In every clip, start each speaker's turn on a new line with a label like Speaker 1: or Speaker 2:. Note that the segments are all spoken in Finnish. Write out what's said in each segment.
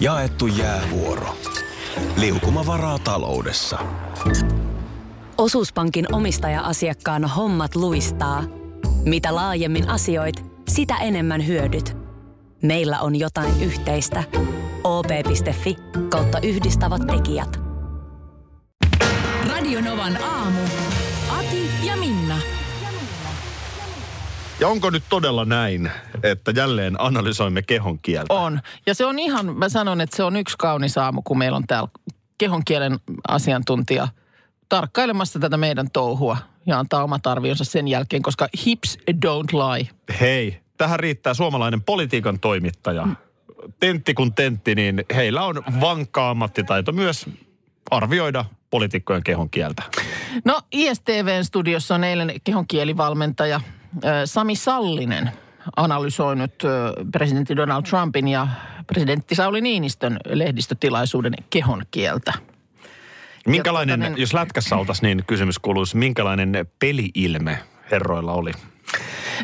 Speaker 1: Jaettu jäävuoro. Liukuma varaa taloudessa.
Speaker 2: Osuuspankin omistaja-asiakkaan hommat luistaa. Mitä laajemmin asioit, sitä enemmän hyödyt. Meillä on jotain yhteistä. op.fi kautta yhdistävät tekijät.
Speaker 3: Radionovan aamu. Ati ja Minna.
Speaker 4: Ja onko nyt todella näin, että jälleen analysoimme kehon kieltä?
Speaker 5: On. Ja se on ihan, mä sanon, että se on yksi kaunis aamu, kun meillä on täällä kehonkielen asiantuntija tarkkailemassa tätä meidän touhua ja antaa omat arvionsa sen jälkeen, koska hips don't lie.
Speaker 4: Hei, tähän riittää suomalainen politiikan toimittaja. Tentti kun tentti, niin heillä on vankka ammattitaito myös arvioida poliitikkojen kehon kieltä.
Speaker 5: No ISTVn studiossa on eilen kehonkielivalmentaja ö, Sami Sallinen analysoinut ö, presidentti Donald Trumpin ja presidentti Sauli Niinistön lehdistötilaisuuden kehon kieltä.
Speaker 4: Minkälainen,
Speaker 5: tota niin-
Speaker 4: jos lätkässä oltaisiin, niin kysymys kuuluisi, minkälainen peliilme herroilla oli?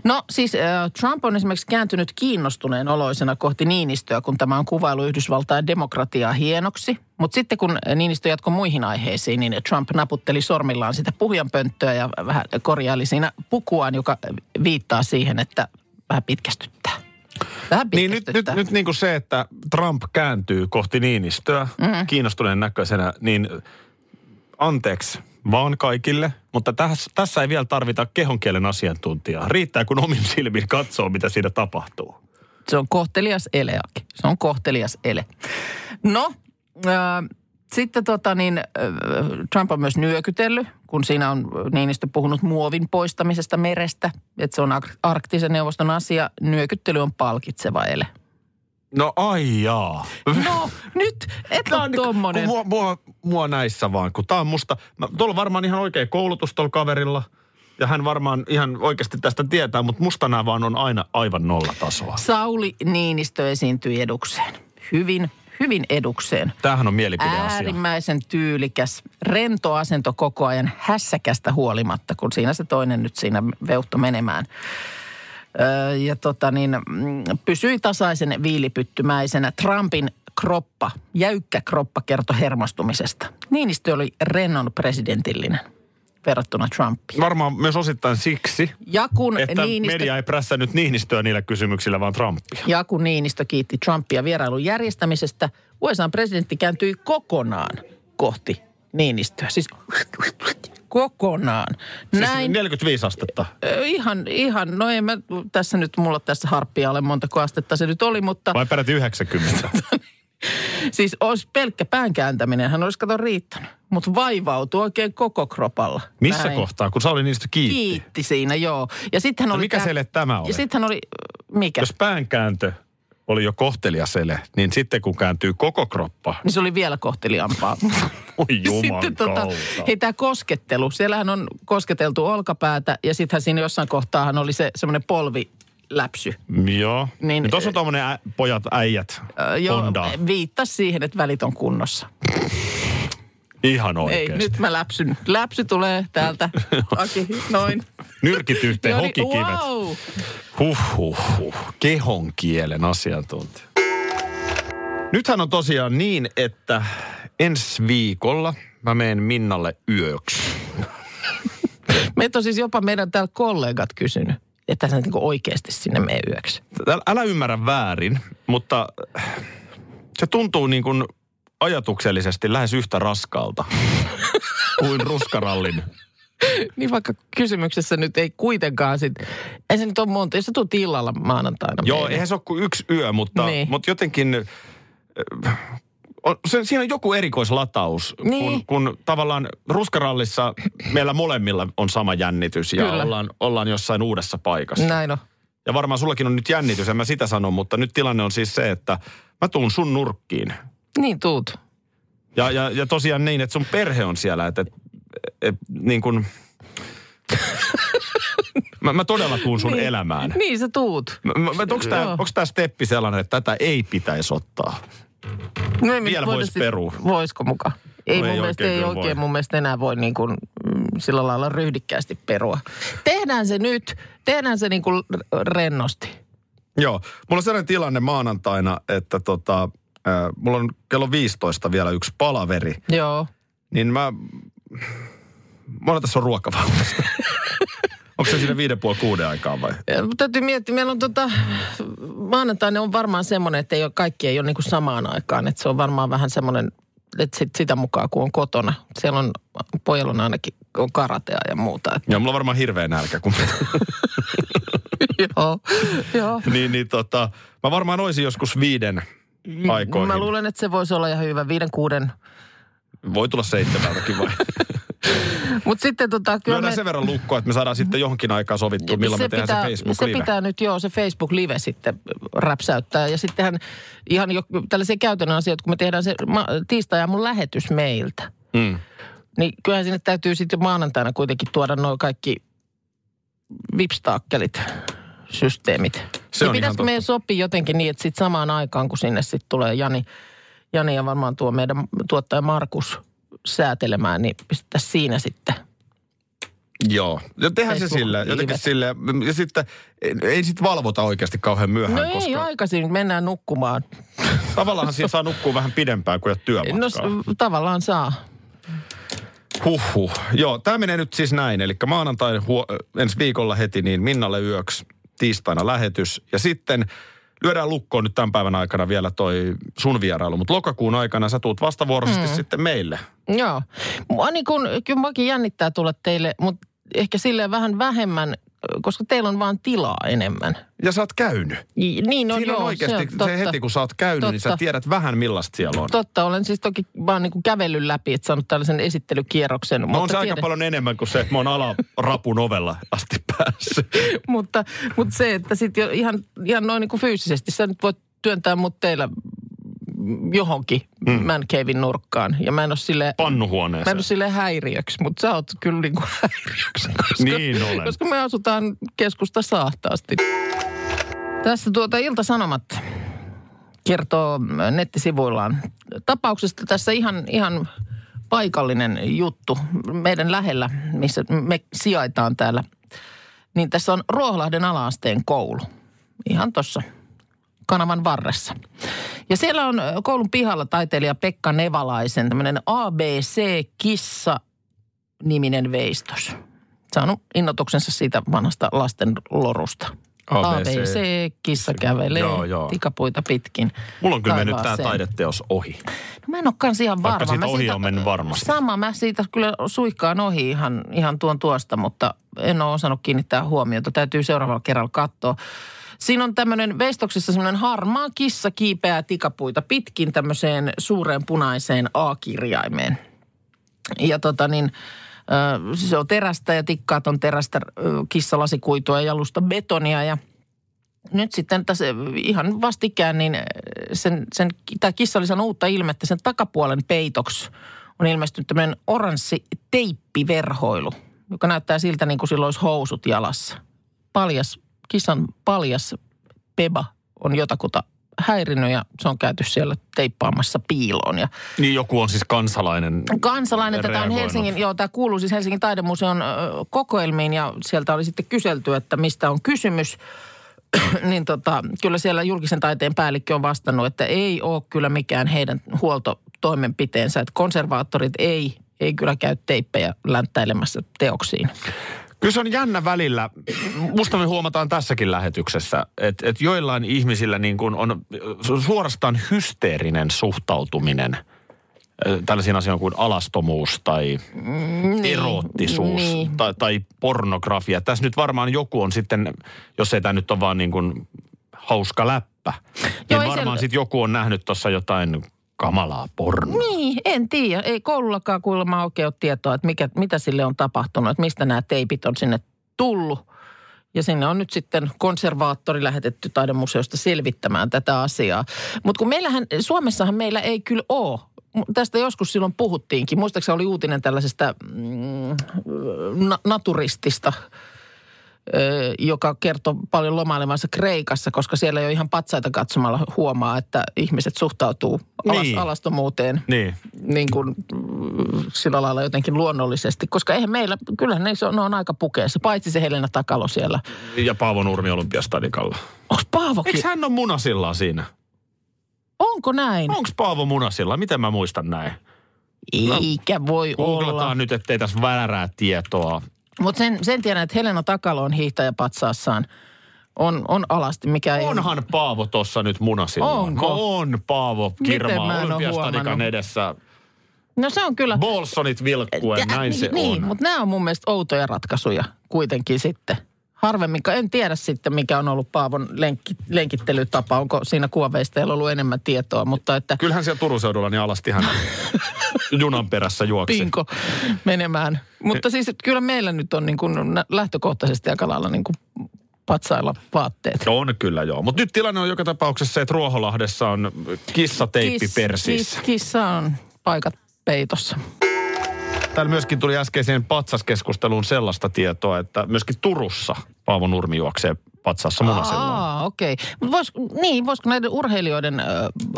Speaker 5: No siis äh, Trump on esimerkiksi kääntynyt kiinnostuneen oloisena kohti Niinistöä, kun tämä on kuvailu Yhdysvaltain demokratiaa hienoksi. Mutta sitten kun Niinistö jatkoi muihin aiheisiin, niin Trump naputteli sormillaan sitä puhujanpönttöä ja vähän korjaili siinä pukuaan, joka viittaa siihen, että vähän pitkästyttää. Vähän
Speaker 4: Niin nyt,
Speaker 5: pitkästyttää.
Speaker 4: nyt, nyt niin kuin se, että Trump kääntyy kohti Niinistöä
Speaker 5: Mm.
Speaker 4: mm-hmm. kiinnostuneen näköisenä, niin anteeksi vaan kaikille, mutta tässä, tässä ei vielä tarvita kehonkielen asiantuntijaa. Riittää, kun omin silmin katsoo, mitä siinä tapahtuu.
Speaker 5: Se on kohtelias ele, Aki. Se on kohtelias ele. No, äh, sitten tota niin, äh, Trump on myös nyökytellyt, kun siinä on Niinistö puhunut muovin poistamisesta merestä. Että se on ark- arktisen neuvoston asia. Nyökyttely on palkitseva ele.
Speaker 4: No ai jaa.
Speaker 5: No, nyt et
Speaker 4: Tää
Speaker 5: ole
Speaker 4: on niinku-
Speaker 5: tommonen.
Speaker 4: kun Mua, mua, mua näissä vaan, kun tää on musta. Mä, tuolla on varmaan ihan oikea koulutus tuolla kaverilla. Ja hän varmaan ihan oikeasti tästä tietää, mutta musta nämä vaan on aina aivan nolla tasoa.
Speaker 5: Sauli Niinistö esiintyi edukseen. Hyvin, hyvin edukseen.
Speaker 4: Tämähän on mielipideasia.
Speaker 5: Äärimmäisen tyylikäs, rento asento koko ajan, hässäkästä huolimatta, kun siinä se toinen nyt siinä veutto menemään. Öö, ja tota niin, mm, pysyi tasaisen viilipyttymäisenä. Trumpin kroppa, jäykkä kroppa kertoi hermostumisesta. Niinistö oli rennon presidentillinen verrattuna Trumpiin.
Speaker 4: Varmaan myös osittain siksi,
Speaker 5: Ja kun,
Speaker 4: että
Speaker 5: Mm, Niinistö,
Speaker 4: media ei prässännyt Niinistöä niillä kysymyksillä, vaan Trumpia. Siis
Speaker 5: ja kun Niinistö kiitti Trumpia vierailun järjestämisestä, USAn presidentti kääntyi kokonaan kohti Niinistöä. Siis kokonaan.
Speaker 4: Siis
Speaker 5: Näin
Speaker 4: 45 astetta.
Speaker 5: Ö, ihan, ihan, no ei mä tässä nyt, mulla tässä harppia ole montako astetta se nyt oli, mutta
Speaker 4: Vai peräti 90?
Speaker 5: siis olisi pelkkä pään kääntäminen, hän olisi kato riittänyt. Mutta vaivautui oikein koko kropalla.
Speaker 4: Missä
Speaker 5: Näin.
Speaker 4: kohtaa, kun Sauli Niinistö kiitti?
Speaker 5: Kiitti siinä, joo. Ja sitten hän
Speaker 4: No
Speaker 5: oli...
Speaker 4: mikä
Speaker 5: kää-
Speaker 4: sele tämä oli?
Speaker 5: Ja sitten hän oli, mikä?
Speaker 4: Jos päänkääntö oli jo kohteliasele, niin sitten kun kääntyy koko kroppa,
Speaker 5: Niin se oli vielä kohteliaampaa.
Speaker 4: voi juman
Speaker 5: sitten tota, hei tämä koskettelu, siellähän on kosketeltu olkapäätä ja sittenhän siinä jossain kohtaahan oli se semmoinen polviläpsy.
Speaker 4: Joo. Niin,
Speaker 5: Niin-
Speaker 4: niin tuossa on tuommoinen ä- pojat, äijät,
Speaker 5: Ö,
Speaker 4: äh, Honda.
Speaker 5: viittasi siihen, että välit on kunnossa.
Speaker 4: Ihan
Speaker 5: Ei,
Speaker 4: oikeasti.
Speaker 5: nyt mä läpsyn. Läpsy tulee täältä. Aki, noin.
Speaker 4: Nyrkit yhteen,
Speaker 5: Joo, niin,
Speaker 4: hokikivet.
Speaker 5: Wow.
Speaker 4: Huh, huh, huh. Kehon kielen asiantuntija. Nythän on tosiaan niin, että ensi viikolla mä menen Minnalle yöksi.
Speaker 5: Meitä on siis jopa meidän täällä kollegat kysynyt, että sä niin oikeasti sinne mene yöksi.
Speaker 4: Ä- Älä ymmärrä väärin, mutta se tuntuu niin kuin ajatuksellisesti lähes yhtä raskalta kuin ruskarallin.
Speaker 5: Niin vaikka kysymyksessä nyt ei kuitenkaan sit, ei se nyt ole monta, jos sä tuut illalla maanantaina.
Speaker 4: Joo,
Speaker 5: meille.
Speaker 4: eihän se ole kuin yksi yö, mutta,
Speaker 5: Niin.
Speaker 4: mutta jotenkin... äh, On, se, siinä on joku erikoislataus,
Speaker 5: Niin.
Speaker 4: kun, kun tavallaan ruskarallissa meillä molemmilla on sama jännitys ja
Speaker 5: Kyllä. No.
Speaker 4: ollaan, ollaan jossain uudessa paikassa.
Speaker 5: Näin on.
Speaker 4: Ja varmaan sullakin on nyt jännitys, en mä sitä sano, mutta nyt tilanne on siis se, että mä tuun sun nurkkiin.
Speaker 5: Niin tuut.
Speaker 4: Ja, ja, ja tosiaan niin, että sun perhe on siellä, että et, et, niin kuin... mä, mä todella tuun sun
Speaker 5: Niin.
Speaker 4: elämään.
Speaker 5: Niin sä tuut. Joo.
Speaker 4: Onko tämä steppi sellainen, että tätä ei pitäisi ottaa?
Speaker 5: No ei me
Speaker 4: Vielä
Speaker 5: nyt voida
Speaker 4: vois
Speaker 5: sit-
Speaker 4: perua.
Speaker 5: Voisiko muka? Ei,
Speaker 4: No ei
Speaker 5: no mun mielestä
Speaker 4: oikein
Speaker 5: ei
Speaker 4: kyllä
Speaker 5: oikein
Speaker 4: voi.
Speaker 5: mun mielestä enää voi niin kuin, mm, sillä lailla ryhdikkäästi perua. Tehdään se nyt, tehdään se niin kuin rennosti.
Speaker 4: Joo. Mulla on sellainen tilanne maanantaina, että tota,
Speaker 6: Ö, mulla on kello 15 vielä yksi palaveri.
Speaker 5: Joo.
Speaker 6: Niin mä... Mä olen tässä on ruokavaunasta. Onko se siinä viiden puoli kuuden aikaa vai?
Speaker 5: Ja, mutta täytyy miettiä, meillä on tota, maanantaina on varmaan semmoinen, että ei ole, kaikki ei ole niin samaan aikaan. Että se on varmaan vähän semmoinen, että sit, sitä mukaan kun on kotona. Siellä on, pojalla on ainakin on karatea ja muuta. Että,
Speaker 6: Ja mulla on varmaan hirveä nälkä, kun...
Speaker 5: joo, joo.
Speaker 6: niin, niin tota, mä varmaan olisin joskus viiden aikoihin.
Speaker 5: Mä luulen, että se voisi olla ihan hyvä viiden, kuuden.
Speaker 6: Voi tulla seitsemältäkin vai?
Speaker 5: Mutta sitten tota, kyllä
Speaker 6: Lyödään sen verran lukkoa, että me saadaan sitten johonkin aikaan sovittua, milloin me tehdään se facebook
Speaker 5: se pitää nyt, joo, se Facebook-live sitten räpsäyttää. Ja sittenhän ihan jo tällaisia käytännön asioita, kun me tehdään se ma- tiistai mun lähetys meiltä.
Speaker 6: Mm.
Speaker 5: Niin kyllähän sinne täytyy sitten maanantaina kuitenkin tuoda nuo kaikki vipstaakkelit, systeemit.
Speaker 6: Se
Speaker 5: niin
Speaker 6: on ihan
Speaker 5: pitäisikö
Speaker 6: totta.
Speaker 5: meidän sopii jotenkin niin, että sitten samaan aikaan, kun sinne sitten tulee Jani, Jani ja varmaan tuo meidän tuottaja Markus säätelemään, niin pistetään siinä sitten.
Speaker 6: Joo. Ja tehdään se
Speaker 5: Facebook-
Speaker 6: sillä, jotenkin
Speaker 5: livet.
Speaker 6: sillä. Ja sitten ei, ei sit valvota oikeasti kauhean
Speaker 5: No
Speaker 6: myöhään,
Speaker 5: ei
Speaker 6: koska
Speaker 5: aikaisin, mennään nukkumaan.
Speaker 6: tavallaan siinä saa nukkua vähän pidempään kuin
Speaker 5: No
Speaker 6: työmatkaa. No,
Speaker 5: s- tavallaan saa.
Speaker 6: Huhhuh. Joo, tämä menee nyt siis näin. Eli maanantai huo, ensi viikolla heti niin Minnalle yöksi tiistaina lähetys. Ja sitten lyödään lukkoon nyt tämän päivän aikana vielä toi sun vierailu. Mutta lokakuun aikana sä tuut vastavuoroisesti mm. sitten meille.
Speaker 5: Joo. Mua niin kun, kyllä muakin jännittää tulla teille, mutta ehkä silleen vähän vähemmän, koska teillä on vaan tilaa enemmän.
Speaker 6: Ja sä oot käynyt.
Speaker 5: I- Niin
Speaker 6: No
Speaker 5: on,
Speaker 6: Siinä
Speaker 5: joo,
Speaker 6: on
Speaker 5: se,
Speaker 6: oikeasti
Speaker 5: on
Speaker 6: se,
Speaker 5: totta.
Speaker 6: heti, kun sä oot käynyt, niin sä
Speaker 5: Totta.
Speaker 6: tiedät vähän millaista siellä on.
Speaker 5: Totta, olen siis toki vaan niin kuin kävellyt läpi, että saanut tällaisen esittelykierroksen.
Speaker 6: No on se aika paljon enemmän kuin se, että mä oon alarapun ovella asti päässyt.
Speaker 5: mutta, mutta se, että sitten ihan, ihan noin niin kuin fyysisesti, sä nyt voit työntää mut teillä johonkin mm. man cavein nurkkaan. Ja mä en ole sille Mä en
Speaker 4: Pannuhuoneeseen.
Speaker 5: ole sille häiriöksi, mutta sä oot kyllä niin kuin häiriöksi. Koska,
Speaker 4: Niin olen.
Speaker 5: Koska me asutaan keskusta saahtaasti. Tässä tuota Ilta-Sanomat kertoo nettisivuillaan tapauksesta. Tässä ihan, ihan paikallinen juttu meidän lähellä, missä me sijaitaan täällä. Niin tässä on Ruoholahden alaasteen koulu. Ihan tuossa kanavan varressa. Ja siellä on ö, koulun pihalla taiteilija Pekka Nevalaisen tämmöinen ABC-kissa niminen veistos. Saanut innotuksensa siitä vanhasta lasten lorusta.
Speaker 6: ABC.
Speaker 5: ABC, kissa kävelee
Speaker 6: Joo, joo.
Speaker 5: tikapuita pitkin.
Speaker 4: Mulla on kyllä mennyt
Speaker 5: taivaaseen.
Speaker 4: tämä taideteos ohi.
Speaker 5: No mä en ole kans ihan varma.
Speaker 4: Vaikka siitä
Speaker 5: Mä
Speaker 4: ohi on mennyt varmasti.
Speaker 5: Sama, mä siitä kyllä suihkaan ohi ihan, ihan tuon tuosta, mutta en ole osannut kiinnittää huomiota. Täytyy seuraavalla kerralla katsoa. Siinä on tämmöinen veistoksessa semmoinen harmaa kissa kiipeää tikapuita pitkin tämmöiseen suureen punaiseen A-kirjaimeen. Ja tota niin, ö, se on terästä ja tikkaat on terästä ö, kissalasikuitua ja jalusta betonia ja – nyt sitten tässä ihan vastikään, niin sen, sen, tämä kissa oli saanut uutta ilmettä. Sen takapuolen peitoksi on ilmestynyt tämmöinen oranssi teippiverhoilu, joka näyttää siltä niin kuin sillä olisi housut jalassa. Paljas, kissan paljas peba on jotakuta häirinnyt ja se on käyty siellä teippaamassa piiloon. Ja
Speaker 4: Niin joku on siis kansalainen.
Speaker 5: kansalainen. Tätä on
Speaker 4: reagoinut.
Speaker 5: Helsingin, joo, tämä kuuluu siis Helsingin taidemuseon ö, kokoelmiin ja sieltä oli sitten kyselty, että mistä on kysymys. niin tota, kyllä siellä julkisen taiteen päällikkö on vastannut, että ei ole kyllä mikään heidän huoltotoimenpiteensä, että konservaattorit ei, ei kyllä käy teippejä länttäilemässä teoksiin.
Speaker 4: Kyllä se on jännä välillä. Musta me huomataan tässäkin lähetyksessä, että et joillain ihmisillä niin kun on su- suorastaan hysteerinen suhtautuminen ö, tällaisiin asioihin kuin alastomuus tai niin, erottisuus
Speaker 5: niin.
Speaker 4: niin. tai, tai pornografia. Tässä nyt varmaan joku on sitten, jos ei tämä nyt ole vaan niin kuin hauska läppä,
Speaker 5: Joo,
Speaker 4: niin
Speaker 5: ei
Speaker 4: varmaan
Speaker 5: se-
Speaker 4: sitten joku on nähnyt tuossa jotain kamalaa pornoa.
Speaker 5: Niin, en tiedä. Ei koulullakaan kuulemma oikein ole tietoa, että mikä, mitä sille on tapahtunut, että mistä nämä teipit on sinne tullut. Ja sinne on nyt sitten konservaattori lähetetty taidemuseosta selvittämään tätä asiaa. Mutta kun meillähän, Suomessahan meillä ei kyllä ole. Mu- Tästä joskus silloin puhuttiinkin. Muistaakseni oli uutinen tällaisesta mm, na- naturistista, ö, joka kertoo paljon lomailevansa Kreikassa, koska siellä jo ihan patsaita katsomalla huomaa, että ihmiset suhtautuu alas,
Speaker 4: Niin.
Speaker 5: alastomuuteen
Speaker 4: Niin.
Speaker 5: niin kuin mm, sillä lailla jotenkin luonnollisesti, koska eihän meillä, kyllähän ne, se on, ne on aika pukeessa, paitsi se Helena Takalo siellä.
Speaker 4: Ja Paavo Nurmi Olympiastadikalla.
Speaker 5: Onko Paavokin?
Speaker 4: Eikö hän ole munasillaan siinä?
Speaker 5: Onko Onko näin?
Speaker 4: Onko Paavo Munasilla? Miten mä muistan näin?
Speaker 5: Eikä voi olla.
Speaker 4: No, Googlataan nyt, ettei tässä väärää tietoa.
Speaker 5: Mutta sen, sen tiedän, että Helena Takalo on hiihtäjä patsaassaan. On, on alasti, mikä ei...
Speaker 4: Onhan Paavo tossa nyt munasilla.
Speaker 5: Onko?
Speaker 4: No on Paavo
Speaker 5: Miten mä en
Speaker 4: kirmaa
Speaker 5: oo
Speaker 4: Olympiastadikan
Speaker 5: huomannut?
Speaker 4: edessä.
Speaker 5: No se on kyllä...
Speaker 4: Bolsonit vilkkuen,
Speaker 5: Ja-
Speaker 4: näin se
Speaker 5: niin,
Speaker 4: on.
Speaker 5: mutta nämä on mun mielestä outoja ratkaisuja kuitenkin sitten. Harvemmin, en tiedä sitten mikä on ollut Paavon lenkki, lenkittelytapa, onko siinä kuoveisteilla ollut enemmän tietoa, mutta että
Speaker 6: Kyllähän siellä Turun seudulla niin alastihan
Speaker 4: Junan perässä juoksi.
Speaker 5: pinko menemään. Mutta siis että kyllä meillä nyt on niin kuin nä- lähtökohtaisesti aika lailla niin kuin patsailla vaatteet.
Speaker 4: On kyllä joo. Mutta nyt tilanne on joka tapauksessa se, että Ruoholahdessa on kissateippi
Speaker 5: Kiss-
Speaker 4: persissä.
Speaker 5: kiss- Kissa on paikat peitossa.
Speaker 4: Täällä myöskin tuli äskeiseen patsaskeskusteluun sellaista tietoa, että myöskin Turussa Paavo Nurmi juoksee patsaassa munasella.
Speaker 5: Aa, okei. Okay. Vois, niin, voisiko näiden urheilijoiden ö,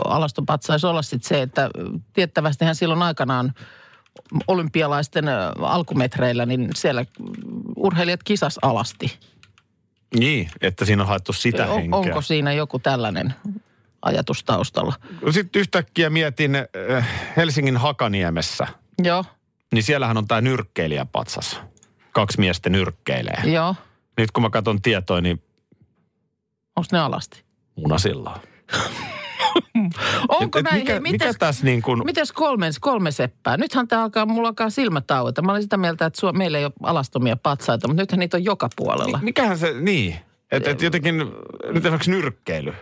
Speaker 5: alastopatsaisi olla sitten se, että tiettävästihän silloin aikanaan olympialaisten ö, alkumetreillä, niin siellä urheilijat kisas alasti.
Speaker 4: Niin, että siinä on haettu sitä
Speaker 5: On,
Speaker 4: henkeä.
Speaker 5: onko siinä joku tällainen ajatus taustalla?
Speaker 4: Sitten yhtäkkiä mietin äh, Helsingin Hakaniemessä,
Speaker 5: Joo,
Speaker 4: niin siellähän on tämä nyrkkeilijäpatsas. Kaksi miestä nyrkkeilee.
Speaker 5: joo.
Speaker 4: Nyt kun mä katson tietoja, niin
Speaker 5: Onko ne alasti?
Speaker 4: munasilla.
Speaker 5: Onko
Speaker 4: Et- et
Speaker 5: näin?
Speaker 4: mikä, mikä
Speaker 5: hei, mitäs,
Speaker 4: tässä niin kuin...
Speaker 5: mitäs kolme, kolme seppää? Nythän tämä alkaa, mulla alkaa silmät aueta. Mä olin sitä mieltä, että sua, meillä ei ole alastomia patsaita, mutta nythän niitä on joka puolella.
Speaker 4: Mikähän se, niin. Että et jotenkin, nyt esimerkiksi nyrkkeily.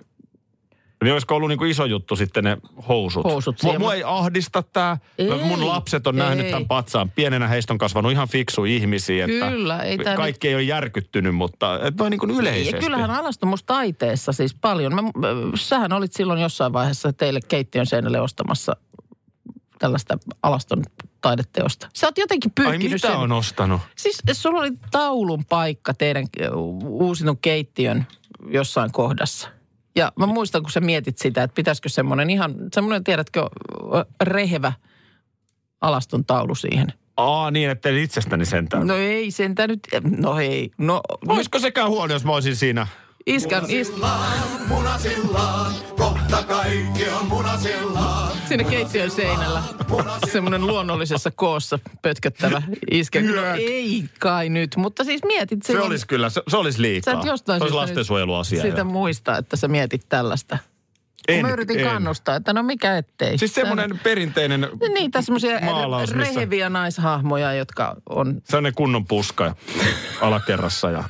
Speaker 4: Niin olisiko ollut niinku iso juttu sitten ne housut?
Speaker 5: Housut
Speaker 4: mua,
Speaker 5: siellä,
Speaker 4: mua
Speaker 5: mut-
Speaker 4: ei ahdista tää. No,
Speaker 5: Ei,
Speaker 4: Mun lapset on nähnyt
Speaker 5: ei.
Speaker 4: tämän patsaan. Pienenä heistä on kasvanut ihan fiksu ihmisiä. Että
Speaker 5: Kyllä, ei tää Niin,
Speaker 4: Kaikki ei ole järkyttynyt, mutta et noin niinku yleisesti.
Speaker 5: Ja kyllähän alastomustaiteessa siis paljon. Mä, mä- sähän olit silloin jossain vaiheessa teille keittiön seinälle ostamassa tällaista alaston taideteosta. Sä oot jotenkin
Speaker 4: Ai
Speaker 5: pyrkinyt
Speaker 4: mitä
Speaker 5: sen.
Speaker 4: on ostanut?
Speaker 5: Siis sulla oli taulun paikka teidän ö, uusinut keittiön jossain kohdassa. Ja mä muistan, kun sä mietit sitä, että pitäisikö semmoinen ihan, semmoinen tiedätkö, ö, rehevä alaston taulu siihen.
Speaker 4: Aa niin, että itsestäni sentään.
Speaker 5: No ei sentään nyt, no ei, no
Speaker 4: Olisiko sekään huono, jos mä olisin siinä?
Speaker 5: iskän, iskän.
Speaker 7: Munasillaan, kohta kaikki on munasillaan.
Speaker 5: Siinä keittiön seinällä semmoinen luonnollisessa koossa pötköttävä iskä. No, ei kai nyt, mutta siis mietit
Speaker 4: Se
Speaker 5: silloin.
Speaker 4: olisi kyllä, se, se olisi
Speaker 5: Sä
Speaker 4: liikaa.
Speaker 5: et jostain
Speaker 4: se olisi
Speaker 5: syystä nyt
Speaker 4: lastensuojeluasia.
Speaker 5: Siitä
Speaker 4: jo.
Speaker 5: muista, että sä mietit tällaista. En, Mä yritin
Speaker 4: en.
Speaker 5: kannustaa, että no mikä ettei. Niin,
Speaker 4: Siis semmoinen perinteinen
Speaker 5: Tää- Niitä semmoisia
Speaker 4: maalaus, missä-
Speaker 5: reheviä naishahmoja, jotka on...
Speaker 4: Sellainen kunnon puska ja alakerrassa ja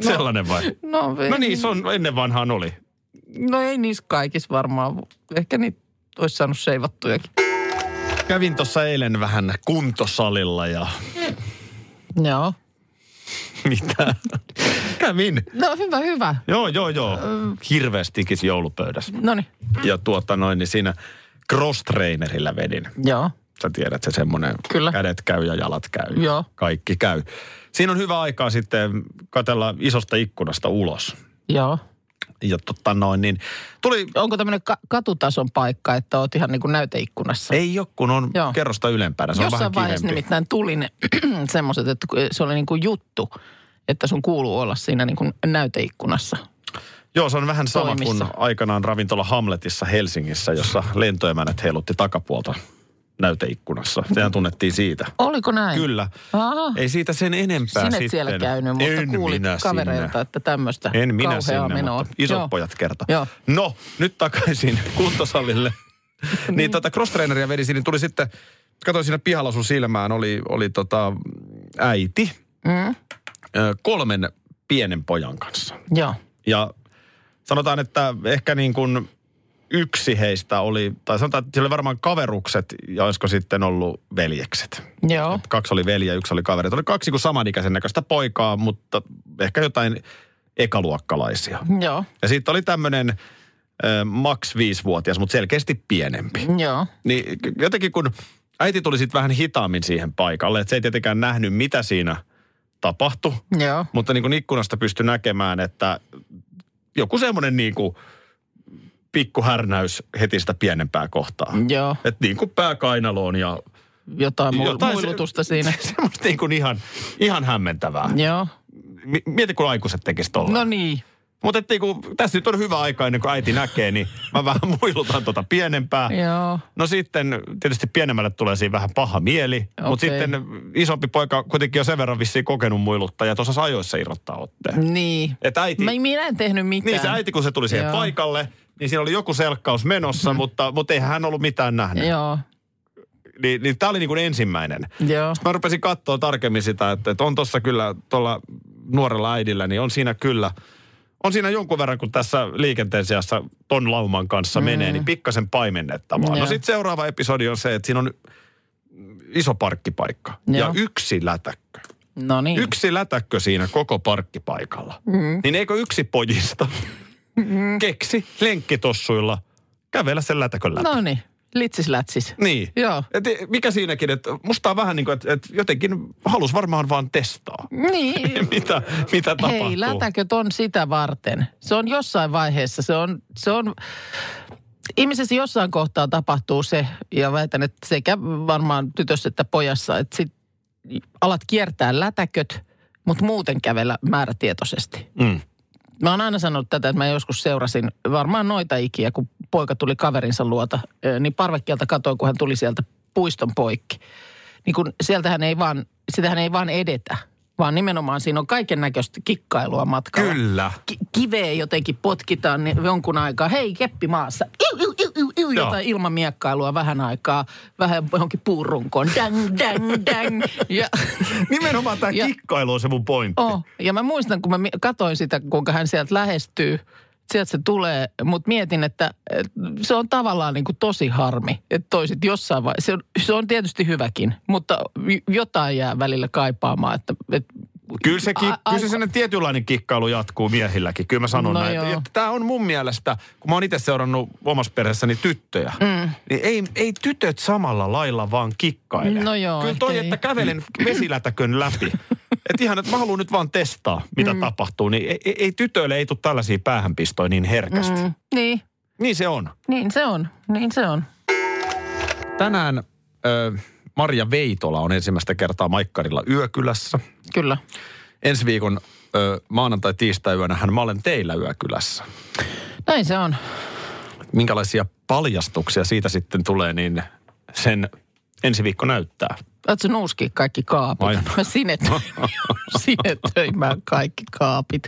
Speaker 4: sellainen vai?
Speaker 5: No,
Speaker 4: No niin, se on, ennen vanhaan oli.
Speaker 5: no ei niissä kaikissa varmaan. Ehkä niitä olisi saanut seivattujakin.
Speaker 4: Kävin tuossa eilen vähän kuntosalilla ja
Speaker 5: Joo.
Speaker 4: mitä? Kävin.
Speaker 5: No hyvä, hyvä.
Speaker 4: Joo, joo, joo. Hirveästi tikis joulupöydässä.
Speaker 5: No niin.
Speaker 4: Ja tuota noin, niin siinä cross-trainerillä vedin.
Speaker 5: Joo.
Speaker 4: Sä tiedät, se semmoinen
Speaker 5: Kyllä.
Speaker 4: kädet käy ja jalat käy.
Speaker 5: Joo.
Speaker 4: Kaikki käy. Siinä on hyvä aikaa sitten katella isosta ikkunasta ulos.
Speaker 5: Joo.
Speaker 4: Ja totta noin, niin tuli
Speaker 5: onko tämmöinen ka- katutason paikka, että oot ihan niin kuin näyteikkunassa?
Speaker 4: Ei ole, kun on
Speaker 5: Joo.
Speaker 4: Joo. kerrosta ylempänä. Se
Speaker 5: Jossain
Speaker 4: on vähän
Speaker 5: vaiheessa
Speaker 4: kivempi.
Speaker 5: nimittäin tuli ne semmoiset, että kun se oli niin kuin juttu, että sun kuuluu olla siinä niin kuin näyteikkunassa.
Speaker 4: Joo, se on vähän sama
Speaker 5: toimissa.
Speaker 4: kuin aikanaan ravintola Hamletissa Helsingissä, jossa lentoemänät heilutti takapuolta näyteikkunassa. Sehän tunnettiin siitä.
Speaker 5: Oliko näin?
Speaker 4: Kyllä.
Speaker 5: Aha.
Speaker 4: Ei siitä sen enempää
Speaker 5: Sinä et
Speaker 4: sitten.
Speaker 5: siellä käynyt, mutta
Speaker 4: en
Speaker 5: kuulit
Speaker 4: minä
Speaker 5: kavereilta,
Speaker 4: sinne.
Speaker 5: että tämmöistä
Speaker 4: En minä
Speaker 5: kauheaa
Speaker 4: sinne,
Speaker 5: menoa.
Speaker 4: mutta isot
Speaker 5: Joo.
Speaker 4: pojat kerta.
Speaker 5: Joo.
Speaker 4: No, nyt takaisin kuntosalille. niin tota cross-traineria vedisi, niin tuli sitten, katsoin siinä pihalla sun silmään, oli, oli tota äiti
Speaker 5: Mm,
Speaker 4: ö, kolmen pienen pojan kanssa.
Speaker 5: joo.
Speaker 4: Ja sanotaan, että ehkä niin kuin yksi heistä oli, tai sanotaan, että siellä oli varmaan kaverukset ja olisiko sitten ollut veljekset.
Speaker 5: Joo.
Speaker 4: Että kaksi oli velje, yksi oli kaveri. Oli kaksi kuin samanikäisen näköistä poikaa, mutta ehkä jotain ekaluokkalaisia.
Speaker 5: Joo.
Speaker 4: Ja sitten oli tämmöinen maks viisivuotias, mutta selkeästi pienempi.
Speaker 5: Joo.
Speaker 4: Niin k- jotenkin kun äiti tuli sitten vähän hitaammin siihen paikalle, että se ei tietenkään nähnyt, mitä siinä tapahtui.
Speaker 5: Joo.
Speaker 4: Mutta niin kuin ikkunasta pystyi näkemään, että joku semmoinen niin kuin pikkuhärnäys heti sitä pienempää kohtaa.
Speaker 5: Joo.
Speaker 4: Että niin kuin pääkainaloon ja
Speaker 5: Jotain, mu-
Speaker 4: Jotain se-
Speaker 5: muilutusta siinä.
Speaker 4: semmoista niin kuin ihan, ihan hämmentävää.
Speaker 5: Joo.
Speaker 4: Mi- Mieti, kun aikuiset tekisi tuolla.
Speaker 5: No niin.
Speaker 4: Mutta et niinku, tässä nyt on hyvä aika ennen kuin äiti näkee, niin mä vähän muilutan tota pienempää.
Speaker 5: Joo.
Speaker 4: No sitten tietysti pienemmälle tulee siinä vähän paha mieli, okay. mutta
Speaker 5: Okei.
Speaker 4: sitten isompi poika kuitenkin on sen verran vissiin kokenut muiluttaa ja tuossa ajoissa irrottaa otteen.
Speaker 5: Niin.
Speaker 4: Et äiti,
Speaker 5: Mä, minä en tehnyt mitään.
Speaker 4: niin se äiti kun se tuli siihen
Speaker 5: Joo. Mm.
Speaker 4: paikalle, niin siinä oli joku selkkaus menossa, mutta, mutta eihän hän ollut mitään nähnyt.
Speaker 5: Joo,
Speaker 4: Niin, niin tämä oli niin kuin ensimmäinen.
Speaker 5: joo.
Speaker 4: Mä rupesin katsoa tarkemmin sitä, että, että on tuossa kyllä tuolla nuorella äidillä, niin on siinä kyllä, on siinä jonkun verran, kun tässä liikenteen seassa ton lauman kanssa mm. menee, niin pikkasen paimennettavaa. No
Speaker 5: Joo.
Speaker 4: sitten seuraava episodi on se, että siinä on iso parkkipaikka ja
Speaker 5: Joo.
Speaker 4: yksi lätäkkö.
Speaker 5: No niin. Mm-hmm.
Speaker 4: Yksi lätäkkö siinä koko parkkipaikalla. Mm. Niin eikö yksi pojista keksi lenkkitossuilla kävellä sen lätäkön läpi?
Speaker 5: No niin, litsis lätsis.
Speaker 4: Niin.
Speaker 5: Joo.
Speaker 4: Et mikä siinäkin, että musta on vähän niin kuin, että, että jotenkin halus varmaan vaan testaa,
Speaker 5: Niin,
Speaker 4: mitä, mitä tapahtuu.
Speaker 5: Hei, lätäköt on sitä varten. Se on jossain vaiheessa, se on, se on, ihmisessä jossain kohtaa tapahtuu se, ja väitän, että sekä varmaan tytössä että pojassa, että sit alat kiertää lätäköt, mutta muuten kävellä määrätietoisesti.
Speaker 4: Mm.
Speaker 5: Mä oon aina sanonut tätä, että mä joskus seurasin varmaan noita ikiä, kun poika tuli kaverinsa luota, ö, niin parvekkeelta katoin, kun hän tuli sieltä puiston poikki. Niin kun sieltähän ei vaan, sitähän ei vaan edetä, vaan nimenomaan siinä on kaiken näköistä kikkailua matkalla.
Speaker 4: Kyllä.
Speaker 5: Ki- kiveä jotenkin potkitaan niin jonkun aikaa. Hei, keppi maassa. Iu, iu, iu, iu, iu,
Speaker 4: Joo.
Speaker 5: jotain ilmamiekkailua vähän aikaa. Vähän johonkin puurunkoon. Dang, dang, dang. Ja,
Speaker 4: Nimenomaan tämä
Speaker 5: Ja-
Speaker 4: kikkailu on se mun pointti.
Speaker 5: oh. ja mä muistan, kun mä mi- katsoin sitä, kuinka hän sieltä lähestyy. Sieltä se tulee, mutta mietin, että et, se on tavallaan niin kuin tosi harmi, että toisit jossain vaiheessa. Se on, se on tietysti hyväkin, mutta j- jotain jää välillä kaipaamaan, että, että
Speaker 4: Kyllä se, ki-
Speaker 5: A-
Speaker 4: kyllä se
Speaker 5: aika-
Speaker 4: sellainen tietynlainen kikkailu jatkuu miehilläkin. Kyllä mä sanon
Speaker 5: No
Speaker 4: näin.
Speaker 5: joo.
Speaker 4: Tämä on mun mielestä, kun mä oon itse seurannut omassa perheessäni tyttöjä, mm. niin ei, ei tytöt samalla lailla vaan kikkaile.
Speaker 5: No joo,
Speaker 4: Kyllä toi,
Speaker 5: ettei.
Speaker 4: että kävelen vesilätäkön läpi. Että ihan, että mä haluan nyt vaan testaa, mitä mm. tapahtuu. Niin ei, ei- ei tytöille ei tule tällaisia päähänpistoja niin herkästi. Mm.
Speaker 5: mm, niin,
Speaker 4: Niin se on.
Speaker 5: niin se on, niin se on.
Speaker 4: Tänään ö, Marja Veitola on ensimmäistä kertaa Maikkarilla yökylässä.
Speaker 5: Kyllä.
Speaker 4: Ensi viikon ö, maanantai-tiistaiyönä hän Mä olen teillä yökylässä.
Speaker 5: Näin se on.
Speaker 4: minkälaisia paljastuksia siitä sitten tulee, niin sen ensi viikko näyttää.
Speaker 5: Oletko nuuski kaikki kaapit?
Speaker 4: Vai-
Speaker 5: Mä sinetöin, sinetöin mä kaikki kaapit.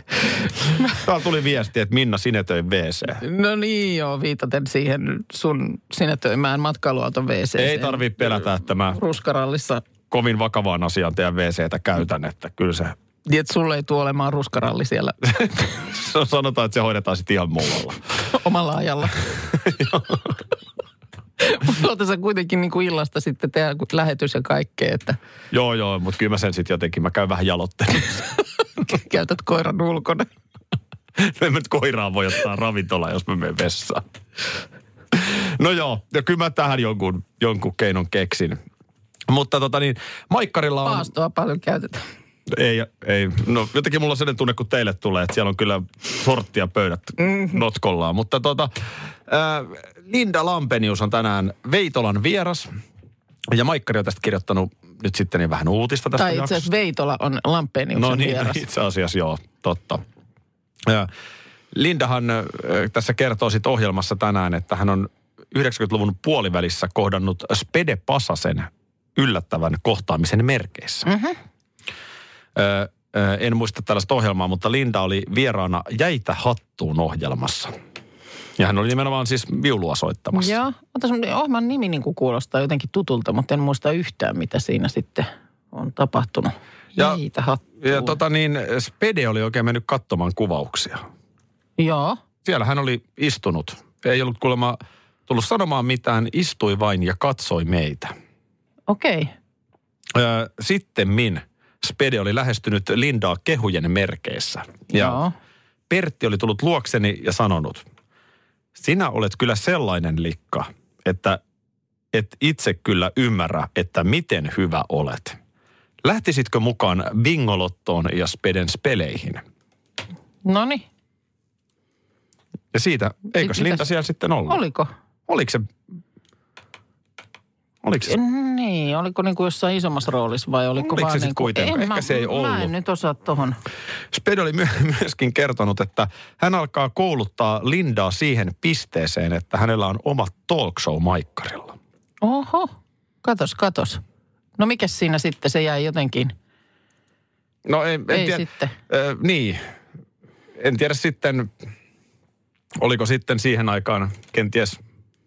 Speaker 4: Täällä tuli viesti, että Minna sinetöi WC.
Speaker 5: No niin joo, viitaten siihen sun sinetöimään matkailuauton wc
Speaker 4: Ei tarvii pelätä, että mä
Speaker 5: Ruskarallissa.
Speaker 4: kovin vakavaan asiaan teidän WCtä käytän, että kyllä se,
Speaker 5: Niin, että sulle ei tule olemaan ruskaralli siellä
Speaker 4: sanotaan, että se hoidetaan sitten ihan muualla.
Speaker 5: omalla ajalla. Mutta oota sä kuitenkin niin kuin illasta sitten tehdä lähetys ja kaikkea, että
Speaker 4: Joo, joo, mutta kyllä mä sen sitten jotenkin, mä käyn vähän jalottelemassa.
Speaker 5: käytät koiran ulkona.
Speaker 4: en mä nyt koiraa voi ottaa ravintola, jos mä menen vessaan. No joo, ja kyllä mä tähän jonkun, jonkun keinon keksin. Mutta tota niin, Maikkarilla on...
Speaker 5: Paastoa paljon käytetään.
Speaker 4: Ei, ei. No jotenkin mulla on sellainen tunne, kun teille tulee, että siellä on kyllä sorttia pöydät
Speaker 5: Mhm.
Speaker 4: notkollaan. Mutta tota, äh, Linda Lampenius on tänään Veitolan vieras. Ja Maikkari on tästä kirjoittanut nyt sitten niin vähän uutista tästä
Speaker 5: Tai itse
Speaker 4: jaksosta.
Speaker 5: asiassa Veitola on Lampeniuksen
Speaker 4: No niin,
Speaker 5: vieras.
Speaker 4: itse asiassa joo, totta. Ja Lindahan äh, tässä kertoo sitten ohjelmassa tänään, että hän on 90-luvun puolivälissä kohdannut Spede Pasasen yllättävän kohtaamisen merkeissä.
Speaker 5: Mhm.
Speaker 4: Mm-hmm. Ö, ö, en muista tällaista ohjelmaa, mutta Linda oli vieraana Jäitä hattuun ohjelmassa. Ja hän oli nimenomaan siis viulua soittamassa.
Speaker 5: Joo, mutta sun ohjelman nimi niin kuin kuulostaa jotenkin tutulta, mutta en muista yhtään, mitä siinä sitten on tapahtunut.
Speaker 4: Ja-
Speaker 5: Ja, Jeitä hattua.
Speaker 4: Ja tota niin, Spede oli oikein mennyt katsomaan kuvauksia.
Speaker 5: Joo,
Speaker 4: Siellä hän oli istunut. Ei ollut kuulemma tullut sanomaan mitään, istui vain ja katsoi meitä.
Speaker 5: okei. Okay.
Speaker 4: Öö, sittemmin Spede oli lähestynyt Lindaa kehujen merkeissä. Ja
Speaker 5: Joo.
Speaker 4: Pertti oli tullut luokseni ja sanonut, sinä olet kyllä sellainen likka, että et itse kyllä ymmärrä, että miten hyvä olet. Lähtisitkö mukaan bingolottoon ja Speden speleihin?
Speaker 5: No niin,
Speaker 4: Ja siitä, eikös
Speaker 5: mitäs?
Speaker 4: Linda siellä sitten ollut?
Speaker 5: oliko?
Speaker 4: Oliko se...
Speaker 8: Oliko se?
Speaker 5: Niin, oliko niin kuin jossain isommassa roolissa vai oliko,
Speaker 4: Oliko
Speaker 5: vaan
Speaker 4: se sit
Speaker 5: niin kuin,
Speaker 4: kuitenkaan? Ehkä se ei
Speaker 5: Mä
Speaker 4: ollut.
Speaker 5: en nyt osaa tuohon.
Speaker 4: Sped oli myö- myöskin kertonut, että hän alkaa kouluttaa Lindaa siihen pisteeseen, että hänellä on oma talk show maikkarilla.
Speaker 5: Oho, katos, katos. No mikä siinä sitten, se jäi jotenkin,
Speaker 4: No ei, en
Speaker 5: ei
Speaker 4: tiedä.
Speaker 5: sitten.
Speaker 4: Ö, niin. En tiedä sitten, oliko sitten siihen aikaan kenties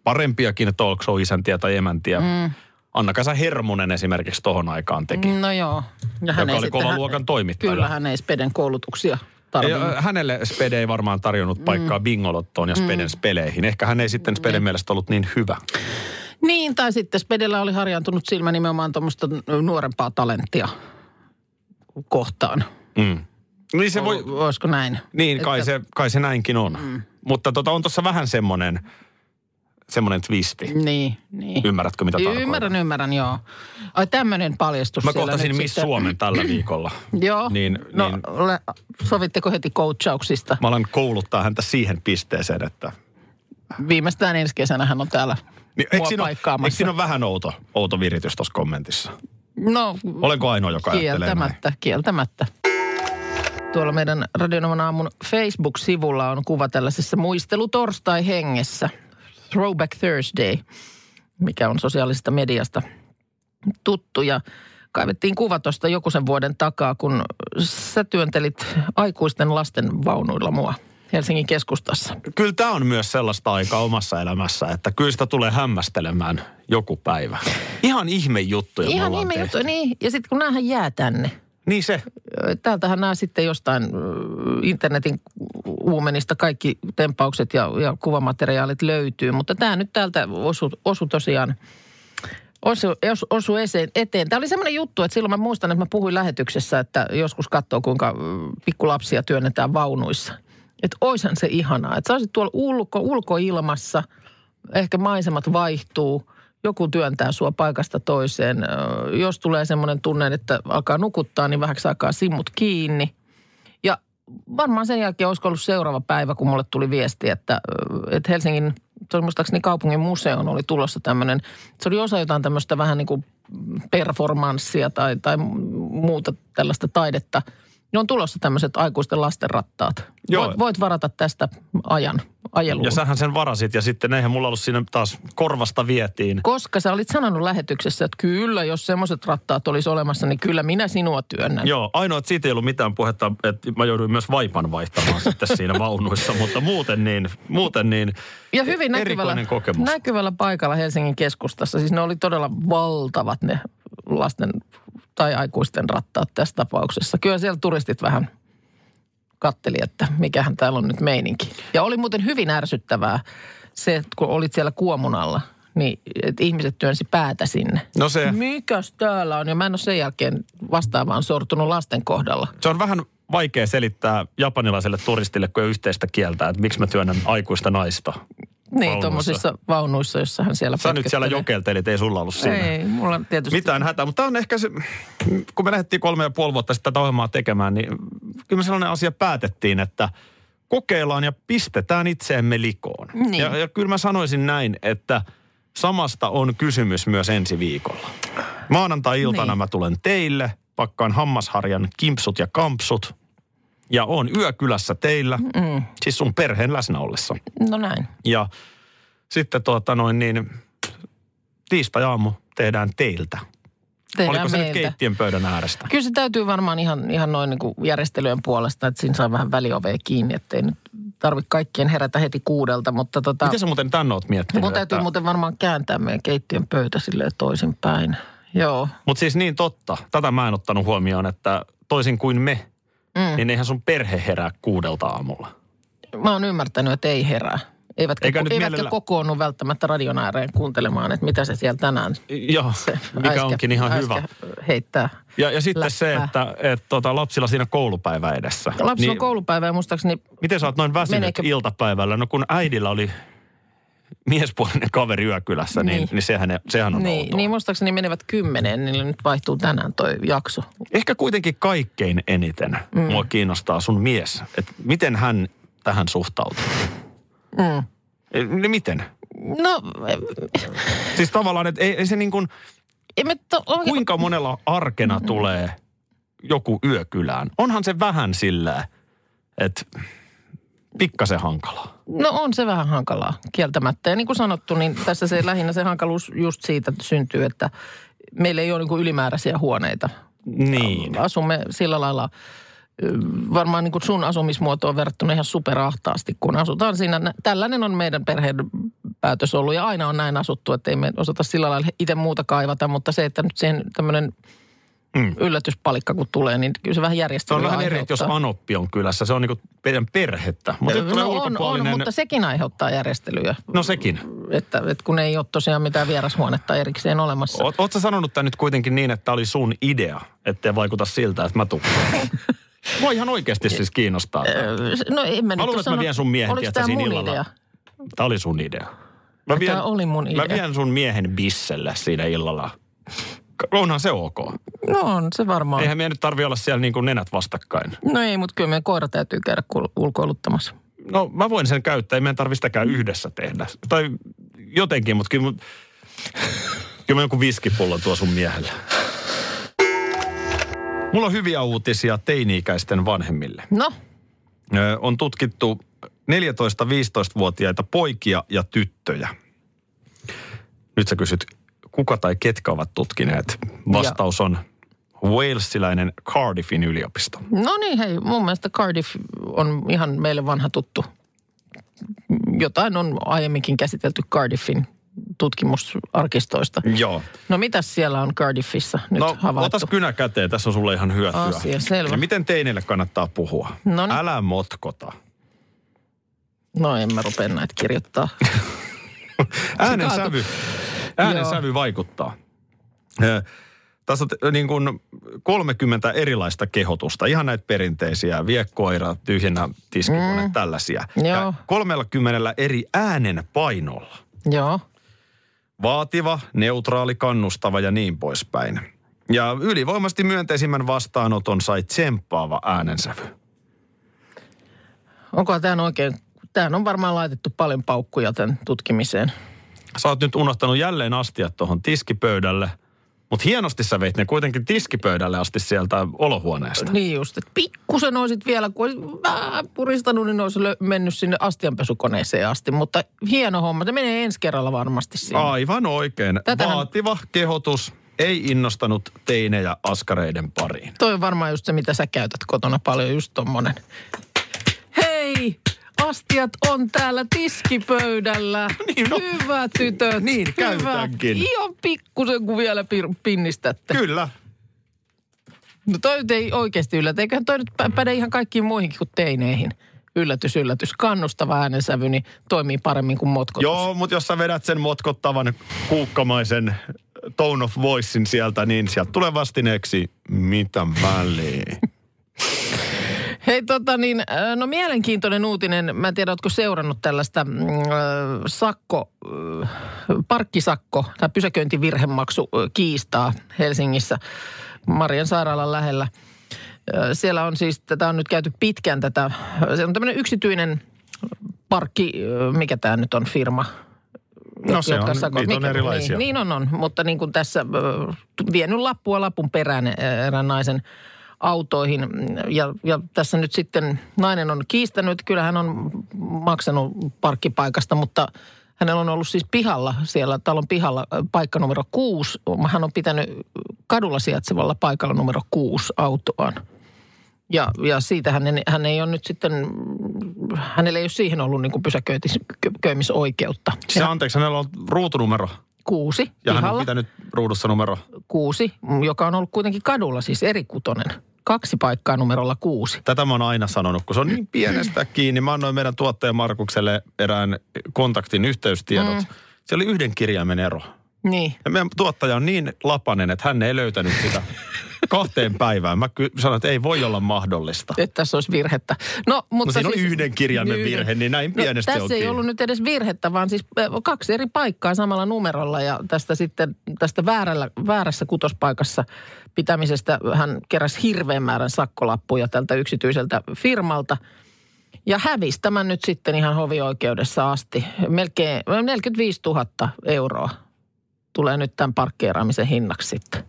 Speaker 4: parempiakin talk show isäntiä tai emäntiä. Mm. Anna-Kaisa Hermonen esimerkiksi tohon aikaan teki.
Speaker 5: No joo. Ja
Speaker 4: Joka oli
Speaker 5: sitten-
Speaker 4: kovan luokan toimittaja.
Speaker 5: Kyllä, hän ei Speden koulutuksia tarvinnut.
Speaker 4: Ja hänelle Spede ei varmaan tarjonnut paikkaa mm. bingolottoon ja Speden mm. speleihin. Ehkä hän ei sitten
Speaker 5: Mm.
Speaker 4: Speden mielestä ollut niin hyvä.
Speaker 5: Niin, tai sitten Spedellä oli harjaantunut silmä nimenomaan tuommoista nuorempaa talenttia kohtaan.
Speaker 4: Mm. Niin se voi,
Speaker 5: Voisiko näin?
Speaker 4: niin kai se, kai se näinkin on. Mm. Mutta tota, on tuossa vähän semmoinen, semmoinen twisti.
Speaker 5: Niin, niin.
Speaker 4: Ymmärrätkö mitä
Speaker 5: Ymmärrän, ymmärrän, joo. Ai tämmöinen paljastus
Speaker 4: Mä
Speaker 5: siellä
Speaker 4: kohtasin
Speaker 5: nyt
Speaker 4: Miss
Speaker 5: sitten.
Speaker 4: Suomen tällä viikolla.
Speaker 5: Joo,
Speaker 4: Niin,
Speaker 5: no
Speaker 4: niin.
Speaker 5: ole- sovitteko heti coachauksista?
Speaker 4: Mä alan kouluttaa häntä siihen pisteeseen, että...
Speaker 5: Viimeistään ensi kesänä hän on täällä
Speaker 4: Niin,
Speaker 5: mua
Speaker 4: eikö, siinä ole, eikö
Speaker 5: paikkaamassa.
Speaker 4: siinä ole vähän outo, outo viritys tuossa kommentissa?
Speaker 5: No,
Speaker 4: Olenko ainoa, joka ajattelee näin?
Speaker 5: kieltämättä, kieltämättä. Tuolla meidän Radionoman aamun Facebook-sivulla on kuva tällaisessa muistelutorstai hengessä. Throwback Thursday, mikä on sosiaalisesta mediasta tuttu. Ja kaivettiin kuva tuosta joku sen vuoden takaa, kun sä työntelit aikuisten lasten vaunuilla mua Helsingin keskustassa.
Speaker 4: Kyllä tämä on myös sellaista aikaa omassa elämässä, että kyllä sitä tulee hämmästelemään joku päivä. Ihan ihme juttuja me
Speaker 5: Ihan
Speaker 4: ollaan
Speaker 5: ihme
Speaker 4: tehty.
Speaker 5: juttu, niin. Ja sitten kun näähän jää tänne.
Speaker 4: Niin se.
Speaker 5: Ö, täältähän nämä sitten jostain ö, internetin uumenista kaikki tempaukset ja, ja kuvamateriaalit löytyy, mutta tämä nyt täältä osu, osu tosiaan osu, jos- osu eseen, eteen. Tämä oli semmoinen juttu, että silloin mä muistan, että mä puhuin lähetyksessä, että joskus katsoo, kuinka ö, pikkulapsia työnnetään vaunuissa. Että oishan se ihanaa, että sä olisit tuolla ulko, ulkoilmassa, ehkä maisemat vaihtuu, joku työntää sua paikasta toiseen. Ö, Jos tulee semmoinen tunne, että alkaa nukuttaa, niin vähäksi aikaa simmut kiinni. Ja varmaan sen jälkeen olisiko ollut seuraava päivä, kun mulle tuli viesti, että, ö, että Helsingin, se oli muistaakseni kaupungin museoon oli tulossa tämmöinen, se oli osa jotain tämmöistä vähän niin kuin performanssia tai, tai muuta tällaista taidetta. Ne on tulossa tämmöiset aikuisten lastenrattaat.
Speaker 4: Joo.
Speaker 5: Voit, voit varata tästä ajan ajeluun.
Speaker 4: Ja sähän sen varasit ja sitten eihän mulla ollut siinä taas korvasta vietiin.
Speaker 5: Koska sä olit sanonut lähetyksessä, että kyllä, jos semmoiset rattaat olisi olemassa, niin kyllä minä sinua työnnän.
Speaker 4: Joo, ainoa, että siitä ei ollut mitään puhetta, että mä jouduin myös vaipan vaihtamaan sitten siinä vaunuissa, mutta muuten niin, muuten niin
Speaker 5: Ja hyvin näkyvällä,
Speaker 4: erikoinen kokemus.
Speaker 5: näkyvällä paikalla Helsingin keskustassa. Siis ne oli todella valtavat ne lasten tai aikuisten rattaat tässä tapauksessa. Kyllä siellä turistit vähän katteli, että mikähän täällä on nyt meininki. Ja oli muuten hyvin ärsyttävää se, että kun olit siellä kuomun alla, niin että ihmiset työnsi päätä sinne.
Speaker 4: No se,
Speaker 5: Mikäs täällä on? Ja mä en ole sen jälkeen vastaavaan sortunut lasten kohdalla.
Speaker 4: se on vähän vaikea selittää japanilaiselle turistille, kun ei ole yhteistä kieltä, että miksi mä työnnän aikuista naista.
Speaker 5: Niin,
Speaker 4: vaunuissa.
Speaker 5: tuommoisissa vaunuissa, jossa hän siellä
Speaker 4: Sä nyt siellä
Speaker 5: pötköttelee.
Speaker 4: jokeltelit, ei sulla ollut siinä.
Speaker 5: Ei, mulla tietysti.
Speaker 4: Mitään hätää, mutta tämä on ehkä se, kun me lähdettiin kolme ja puoli vuotta sitten tätä ohjelmaa tekemään, niin kyllä me sellainen asia päätettiin, että kokeillaan ja pistetään itseemme likoon.
Speaker 5: Niin.
Speaker 4: Ja, ja kyllä mä sanoisin näin, että samasta on kysymys myös ensi viikolla. Maanantai-iltana
Speaker 5: Niin.
Speaker 4: mä tulen teille, pakkaan hammasharjan kimpsut ja kampsut ja on yökylässä teillä, mm. siis sun perheen läsnä ollessa.
Speaker 5: No näin.
Speaker 4: Ja sitten tuota noin niin, tiistai-aamu tehdään teiltä
Speaker 5: Tehdään
Speaker 4: Oliko se nyt
Speaker 5: meiltä.
Speaker 4: keittiön pöydän äärestä?
Speaker 5: Kyllä se täytyy varmaan ihan, ihan noin niin kuin järjestelyjen puolesta, että siinä saa vähän väliovea kiinni, ettei nyt tarvitse kaikkien herätä heti kuudelta, mutta tota...
Speaker 4: Miten sä muuten tän oot miettinyt?
Speaker 5: Mun täytyy muuten varmaan kääntää meidän keittiön pöytä silleen toisinpäin. Joo,
Speaker 4: Mutta siis niin totta, tätä mä en ottanut huomioon, että toisin kuin me, mm. niin eihän sun perhe herää kuudelta aamulla.
Speaker 5: mä oon ymmärtänyt, että ei herää. Eivätkä,
Speaker 4: Eikä nyt
Speaker 5: eivätkä
Speaker 4: mielellä-
Speaker 5: kokoonnu välttämättä radion ääreen kuuntelemaan, että mitä se siellä tänään
Speaker 4: Joo,
Speaker 5: se
Speaker 4: mikä
Speaker 5: äiskä-
Speaker 4: onkin ihan
Speaker 5: äiskä
Speaker 4: hyvä.
Speaker 5: heittää.
Speaker 4: Ja, ja sitten
Speaker 5: läppää.
Speaker 4: se, että et, tota, lapsilla siinä koulupäivä edessä.
Speaker 5: Lapsi niin, on
Speaker 4: niin
Speaker 5: koulupäivä ja muistaakseni
Speaker 4: Miten sä oot noin väsynyt
Speaker 5: Meneekö-
Speaker 4: iltapäivällä? No kun äidillä oli miespuolinen kaveri yökylässä, niin, niin.
Speaker 5: Niin.
Speaker 4: niin sehän, sehän on
Speaker 5: Niin,
Speaker 4: outoa.
Speaker 5: niin muistaakseni menevät kymmeneen, niin niillä nyt vaihtuu tänään toi jakso.
Speaker 4: Ehkä kuitenkin kaikkein eniten mm. mua kiinnostaa sun mies. Et miten hän tähän suhtautuu? Mm. Miten?
Speaker 5: No,
Speaker 4: Siis tavallaan, että ei, ei se niin kuin,
Speaker 5: emme to, oikein,
Speaker 4: kuinka monella
Speaker 5: Mm.
Speaker 4: arkena tulee joku yökylään? Onhan se vähän sillä, että pikkasen hankalaa.
Speaker 5: no on se vähän hankalaa kieltämättä. Ja niin kuin sanottu, niin tässä se lähinnä se hankaluus just siitä syntyy, että meillä ei ole niin kuin ylimääräisiä huoneita.
Speaker 4: Niin.
Speaker 5: Asumme sillä lailla ö, varmaan niin kuin sun asumismuotoon verrattuna ihan superahtaasti, kun asutaan siinä. Nä- Tällainen on meidän perheen päätös ollut ja aina on näin asuttu, että ei me osata sillä lailla itse muuta kaivata, mutta se, että nyt siihen tämmöinen mm. yllätyspalikka kun tulee, niin kyllä se vähän
Speaker 4: Se
Speaker 5: järjestelyä
Speaker 4: on vähän eri, että jos
Speaker 5: aiheuttaa.
Speaker 4: Anoppi on kylässä. Se on niin meidän perhettä. Mutta no, tulee
Speaker 5: No on, on,
Speaker 4: ulkopuolinen.
Speaker 5: mutta sekin aiheuttaa järjestelyä,
Speaker 4: No sekin.
Speaker 5: että, että kun ei ole tosiaan mitään vierashuonetta erikseen olemassa.
Speaker 4: Oot, oot sä sanonut tämän nyt kuitenkin niin, että tämä oli sun idea, ettei vaikuta siltä, että mä tukkaan? Mua ihan oikeasti siis kiinnostaa.
Speaker 5: Öö, No en mä
Speaker 4: Haluan,
Speaker 5: nyt ole
Speaker 4: että mä
Speaker 5: sanonut-
Speaker 4: vien sun miehen,
Speaker 5: Oliko
Speaker 4: tiedätkö,
Speaker 5: tämä
Speaker 4: siinä
Speaker 5: mun
Speaker 4: illalla.
Speaker 5: idea?
Speaker 4: Tämä oli sun idea. Mä
Speaker 5: No, Tää oli mun idea.
Speaker 4: Mä vien sun miehen bisselle siinä illalla. K- Onhan se ok.
Speaker 5: No on se varmaan.
Speaker 4: Eihän meidän nyt tarvi olla siellä niin kuin nenät vastakkain.
Speaker 5: No ei, mutta kyllä meidän koira täytyy käydä kul- ulkoiluttamassa.
Speaker 4: No mä voin sen käyttää, ei meidän tarvi sitäkään yhdessä tehdä. Tai jotenkin, mutta kyllä, mun- kyllä mä joku viskipullo tuo sun miehelle. Mulla on hyviä uutisia teini-ikäisten vanhemmille.
Speaker 5: No,
Speaker 4: Ö, on tutkittu 14-15-vuotiaita poikia ja tyttöjä. Nyt sä kysyt, kuka tai ketkä ovat tutkineet? Vastaus on Walesilainen Cardiffin yliopisto.
Speaker 5: no niin hei, mun mielestä Cardiff on ihan meille vanha tuttu. Jotain on aiemminkin käsitelty Cardiffin tutkimusarkistoista.
Speaker 4: Joo.
Speaker 5: No mitäs siellä on Cardiffissa nyt
Speaker 4: No,
Speaker 5: havaittu?
Speaker 4: otas kynä käteen, tässä on sulle ihan hyötyä.
Speaker 5: Asia selvä. No niin.
Speaker 4: Eli miten teineille kannattaa puhua?
Speaker 5: Noniin.
Speaker 4: Älä motkota.
Speaker 5: No en mä rupea näitä kirjoittaa.
Speaker 4: Äänen
Speaker 5: kaatui.
Speaker 4: sävy, äänen
Speaker 5: Joo.
Speaker 4: sävy vaikuttaa. Ö, Tässä on t- niin kuin 30 erilaista kehotusta. Ihan näitä perinteisiä, viekkoira, tyhjennä tiskikone, mm. tällaisia. Ja
Speaker 5: Joo.
Speaker 4: 30 eri äänen painolla.
Speaker 5: Joo.
Speaker 4: Vaativa, neutraali, kannustava ja niin poispäin. Ja ylivoimasti myönteisimmän vastaanoton sai tsemppaava äänensävy.
Speaker 5: Onko tämä oikein? Tähän on varmaan laitettu paljon paukkuja tämän tutkimiseen.
Speaker 4: Sä oot nyt unohtanut jälleen astiat tuohon tiskipöydälle, mutta hienosti sä veit ne kuitenkin tiskipöydälle asti sieltä olohuoneesta.
Speaker 5: Niin just, että pikkusen olisit vielä, kun olisit vähän puristanut, niin olisi lö- mennyt sinne astianpesukoneeseen asti. Mutta hieno homma, se menee ensi kerralla varmasti siihen.
Speaker 4: Aivan oikein.
Speaker 5: Tätähän-
Speaker 4: Vaativa kehotus ei innostanut teinejä askareiden pariin.
Speaker 5: Toi on varmaan just se, mitä sä käytät kotona paljon, just tommonen. Hei, astiat on täällä tiskipöydällä. Niin, no. Hyvä tytöt.
Speaker 4: Niin,
Speaker 5: Hyvä.
Speaker 4: käytänkin.
Speaker 5: Ihan pikkusen, kun vielä pir- pinnistätte.
Speaker 4: Kyllä.
Speaker 5: No toi nyt ei oikeasti yllätä. Eiköhän toi nyt pä- päde ihan kaikkiin muihinkin kuin teineihin. Yllätys, yllätys. Kannustava äänensävy niin toimii paremmin kuin motkotus.
Speaker 4: Joo, mutta jos sä vedät sen motkottavan kuukkamaisen tone of voicein sieltä, niin sieltä tulee vastineeksi, mitä väliä.
Speaker 5: Hei tota niin, äh, no mielenkiintoinen uutinen. Mä en tiedä, ootko seurannut tällaista mm, äh, sakko, äh, parkkisakko tai pysäköintivirhemaksu äh, kiistaa Helsingissä Marian sairaalan lähellä. Äh, Siellä on siis, tätä on nyt käyty pitkään tätä, äh, se on tämmöinen yksityinen parkki, äh, mikä tämä nyt on firma?
Speaker 4: No se
Speaker 5: jotka
Speaker 4: on,
Speaker 5: sakot-
Speaker 4: niitä on
Speaker 5: mikä-
Speaker 4: erilaisia.
Speaker 5: Niin, niin on, on. Mutta niin kuin tässä ö, vienyt lappua lapun perään ö, erään naisen autoihin. Ja, ja tässä nyt sitten nainen on kiistänyt, että kyllä hän on maksanut parkkipaikasta, mutta hänellä on ollut siis pihalla, siellä talon pihalla ö, paikka numero kuusi. Hän on pitänyt kadulla sijaitsevalla paikalla numero kuusi autoaan. Ja, ja siitä hän, hän ei ole nyt sitten, hänellä ei ole siihen ollut niin kuin pysäköimisoikeutta.
Speaker 4: Se anteeksi, hänellä on ruutunumero
Speaker 5: Kuusi
Speaker 4: ja hän on
Speaker 5: pihalla
Speaker 4: pitänyt ruudussa numero.
Speaker 5: kuusi, mm, joka on ollut kuitenkin kadulla, siis eri kutonen. Kaksi paikkaa numerolla kuusi.
Speaker 4: Tätä mä oon aina sanonut, kun se on niin pienestä kiinni. Mä annoin meidän tuottaja Markukselle erään kontaktin yhteystiedot. Mm. Siellä oli yhden kirjaimen ero.
Speaker 5: Niin.
Speaker 4: Ja meidän tuottaja on niin lapanen, että hän ei löytänyt sitä kahteen päivään. Mä ky- sanoin, että ei voi olla mahdollista.
Speaker 5: Että tässä olisi virhettä. No, mutta
Speaker 4: No siinä oli
Speaker 5: siis, No,
Speaker 4: yhden kirjaimen virhe, niin näin pienestä
Speaker 5: Tässä
Speaker 4: on
Speaker 5: ei
Speaker 4: kiinni.
Speaker 5: ollut nyt edes virhettä, vaan siis ö, kaksi eri paikkaa samalla numerolla ja tästä sitten tästä väärällä, väärässä kutospaikassa pitämisestä hän keräsi hirveän määrän sakkolappuja tältä yksityiseltä firmalta. Ja hävisi tämän nyt sitten ihan hovioikeudessa asti. Melkein 45 000 euroa tulee nyt tämän parkkeeraamisen hinnaksi sitten.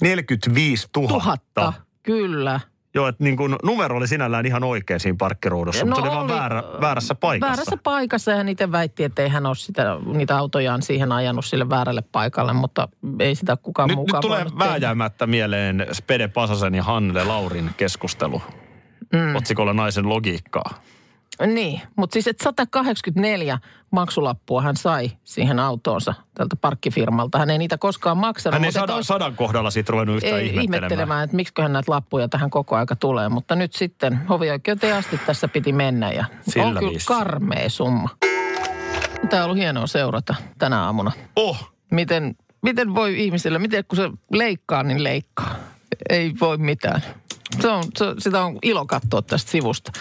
Speaker 4: 45 000.
Speaker 5: Tuhatta. Kyllä.
Speaker 4: Joo, että niin kun numero oli sinällään ihan oikein siinä parkkiruudussa, mutta se No oli, vaan väärä, väärässä paikassa.
Speaker 5: No Väärässä paikassa ja hän itse väitti, että ei hän ole sitä, niitä autojaan siihen ajanut sille väärälle paikalle, mutta ei sitä kukaan
Speaker 4: nyt, nyt
Speaker 5: mukaan
Speaker 4: tulee
Speaker 5: voinut tehdä.
Speaker 4: vääjäämättä mieleen Spede Pasasen ja Hannele Laurin keskustelu mm. otsikolla Naisen logiikkaa.
Speaker 5: Niin, mutta siis että 184 maksulappua hän sai siihen autoonsa tältä parkkifirmalta. Hän ei niitä koskaan maksanut.
Speaker 4: Hän ei
Speaker 5: mutta
Speaker 4: sadan,
Speaker 5: tois-
Speaker 4: sadan kohdalla siitä ruvennut yhtään
Speaker 5: ei
Speaker 4: ihmettelemään.
Speaker 5: ihmettelemään, että miksiköhän näitä lappuja tähän koko aika tulee. Mutta nyt sitten hovioikeuteen asti tässä piti mennä ja
Speaker 4: Sillä
Speaker 5: on kyllä
Speaker 4: viisi.
Speaker 5: karmea summa. Tämä on ollut hienoa seurata tänä aamuna.
Speaker 4: Oh,
Speaker 5: Miten, miten voi ihmisellä, miten kun se leikkaa, niin leikkaa. Ei voi mitään. Se on, se, sitä on ilo katsoa tästä sivusta.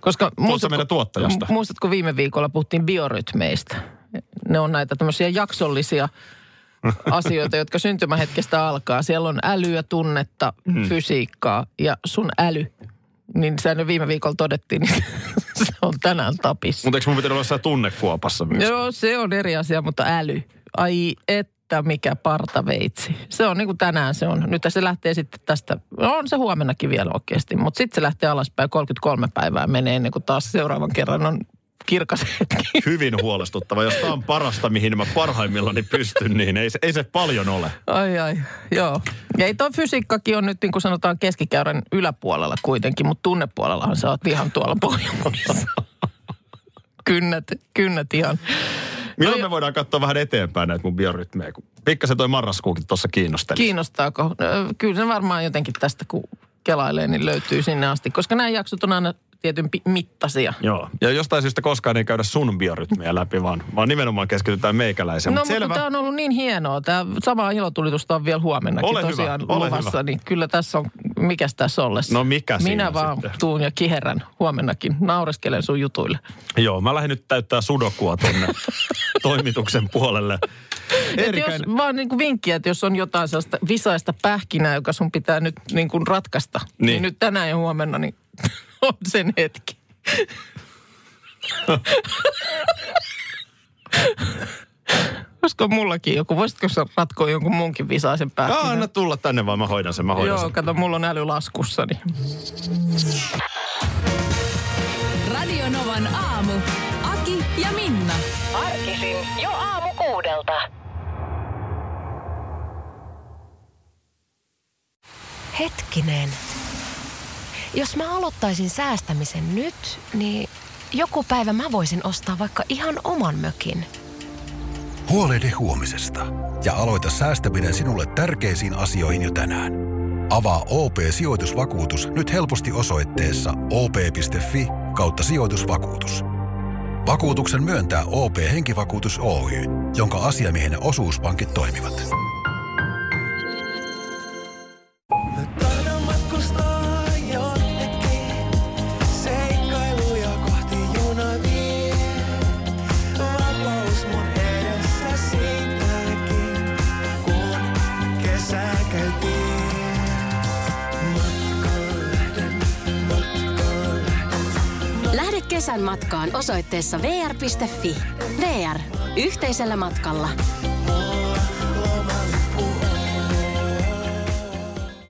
Speaker 5: Koska
Speaker 6: meidän tuottajasta?
Speaker 5: mu- muistatko viime viikolla puhuttiin biorytmeistä? Ne on näitä tämmöisiä jaksollisia asioita, jotka syntymähetkestä alkaa. Siellä on älyä, tunnetta,
Speaker 6: Hmm.
Speaker 5: fysiikkaa ja sun äly. Niin sehän jo viime viikolla todettiin, niin se on tänään tapissa.
Speaker 4: mutta eikö mun pitänyt olla siellä tunnekuopassa myös?
Speaker 5: Joo, se on eri asia, mutta äly. Ai että mikä partaveitsi. Se on niin kuin tänään se on. Nyt se lähtee sitten tästä, no on se huomennakin vielä oikeasti, mutta sitten se lähtee alaspäin 33 päivää menee ennen kuin taas seuraavan kerran on kirkas hetki.
Speaker 4: Hyvin huolestuttava. Jos tämä on parasta, mihin mä parhaimmillani pystyn, niin ei se, ei se paljon ole.
Speaker 5: Ai ai, joo. Ja ei toi fysiikkakin on nyt niin kuin sanotaan keskikäyrän yläpuolella kuitenkin, mutta tunnepuolellahan sä oot ihan tuolla pohjassa. kynnät, kynnät ihan. No
Speaker 4: Milloin me voidaan katsoa vähän eteenpäin näitä mun biorytmejä? kun Pikkasen toi marraskuukin tuossa kiinnosteli.
Speaker 5: Kiinnostaako? No, Kyllä se varmaan jotenkin tästä, kun kelailee, niin löytyy sinne asti. Koska nämä jaksot on aina tietyn pi- mittaisia.
Speaker 4: Joo. Ja jostain syystä koskaan ei käydä sun biorytmiä läpi, vaan, vaan nimenomaan keskitytään meikäläiseen.
Speaker 5: no
Speaker 4: Mut
Speaker 5: mutta
Speaker 4: selvä.
Speaker 5: tämä on ollut niin hienoa. Tämä sama ilotulitusta on vielä huomennakin
Speaker 4: Ole hyvä,
Speaker 5: tosiaan
Speaker 4: ole
Speaker 5: luvassa.
Speaker 4: hyvä.
Speaker 5: Niin kyllä tässä on, mikäs tässä ollessa?
Speaker 4: No mikä siinä
Speaker 5: Minä vaan
Speaker 4: sitten?
Speaker 5: tuun ja kiherän huomennakin. Naureskelen sun jutuille.
Speaker 4: Joo, mä lähden nyt täyttää sudokua tonne toimituksen puolelle.
Speaker 5: Et
Speaker 4: Eerikäinen,
Speaker 5: jos, vaan niin kuin vinkkiä, että jos on jotain sellaista visaista pähkinää, joka sun pitää nyt niin kuin ratkaista, niin.
Speaker 4: Niin.
Speaker 5: niin nyt tänään ja huomenna niin on sen hetki. Olisiko mullakin joku? Voisitko sä ratkoa jonkun munkin visaisen
Speaker 4: Aa,
Speaker 5: pähkinän?
Speaker 4: anna tulla tänne vaan, mä hoidan sen, mä hoidan
Speaker 5: Joo,
Speaker 4: sen.
Speaker 5: kato, mulla on äly laskussa, niin
Speaker 3: Radio Novan aamu. Aki ja Minna.
Speaker 9: Arkisin jo aamu kuudelta. Hetkinen. Jos mä aloittaisin säästämisen nyt, niin joku päivä mä voisin ostaa vaikka ihan oman mökin.
Speaker 7: Huolehdi huomisesta ja aloita säästäminen sinulle tärkeisiin asioihin jo tänään. Avaa OP-sijoitusvakuutus nyt helposti osoitteessa op.fi kautta sijoitusvakuutus. Vakuutuksen myöntää OP-henkivakuutus Oy, jonka asiamiehen osuuspankit toimivat.
Speaker 10: Lähde kesän matkaan osoitteessa vr.fi. VR. Yhteisellä matkalla.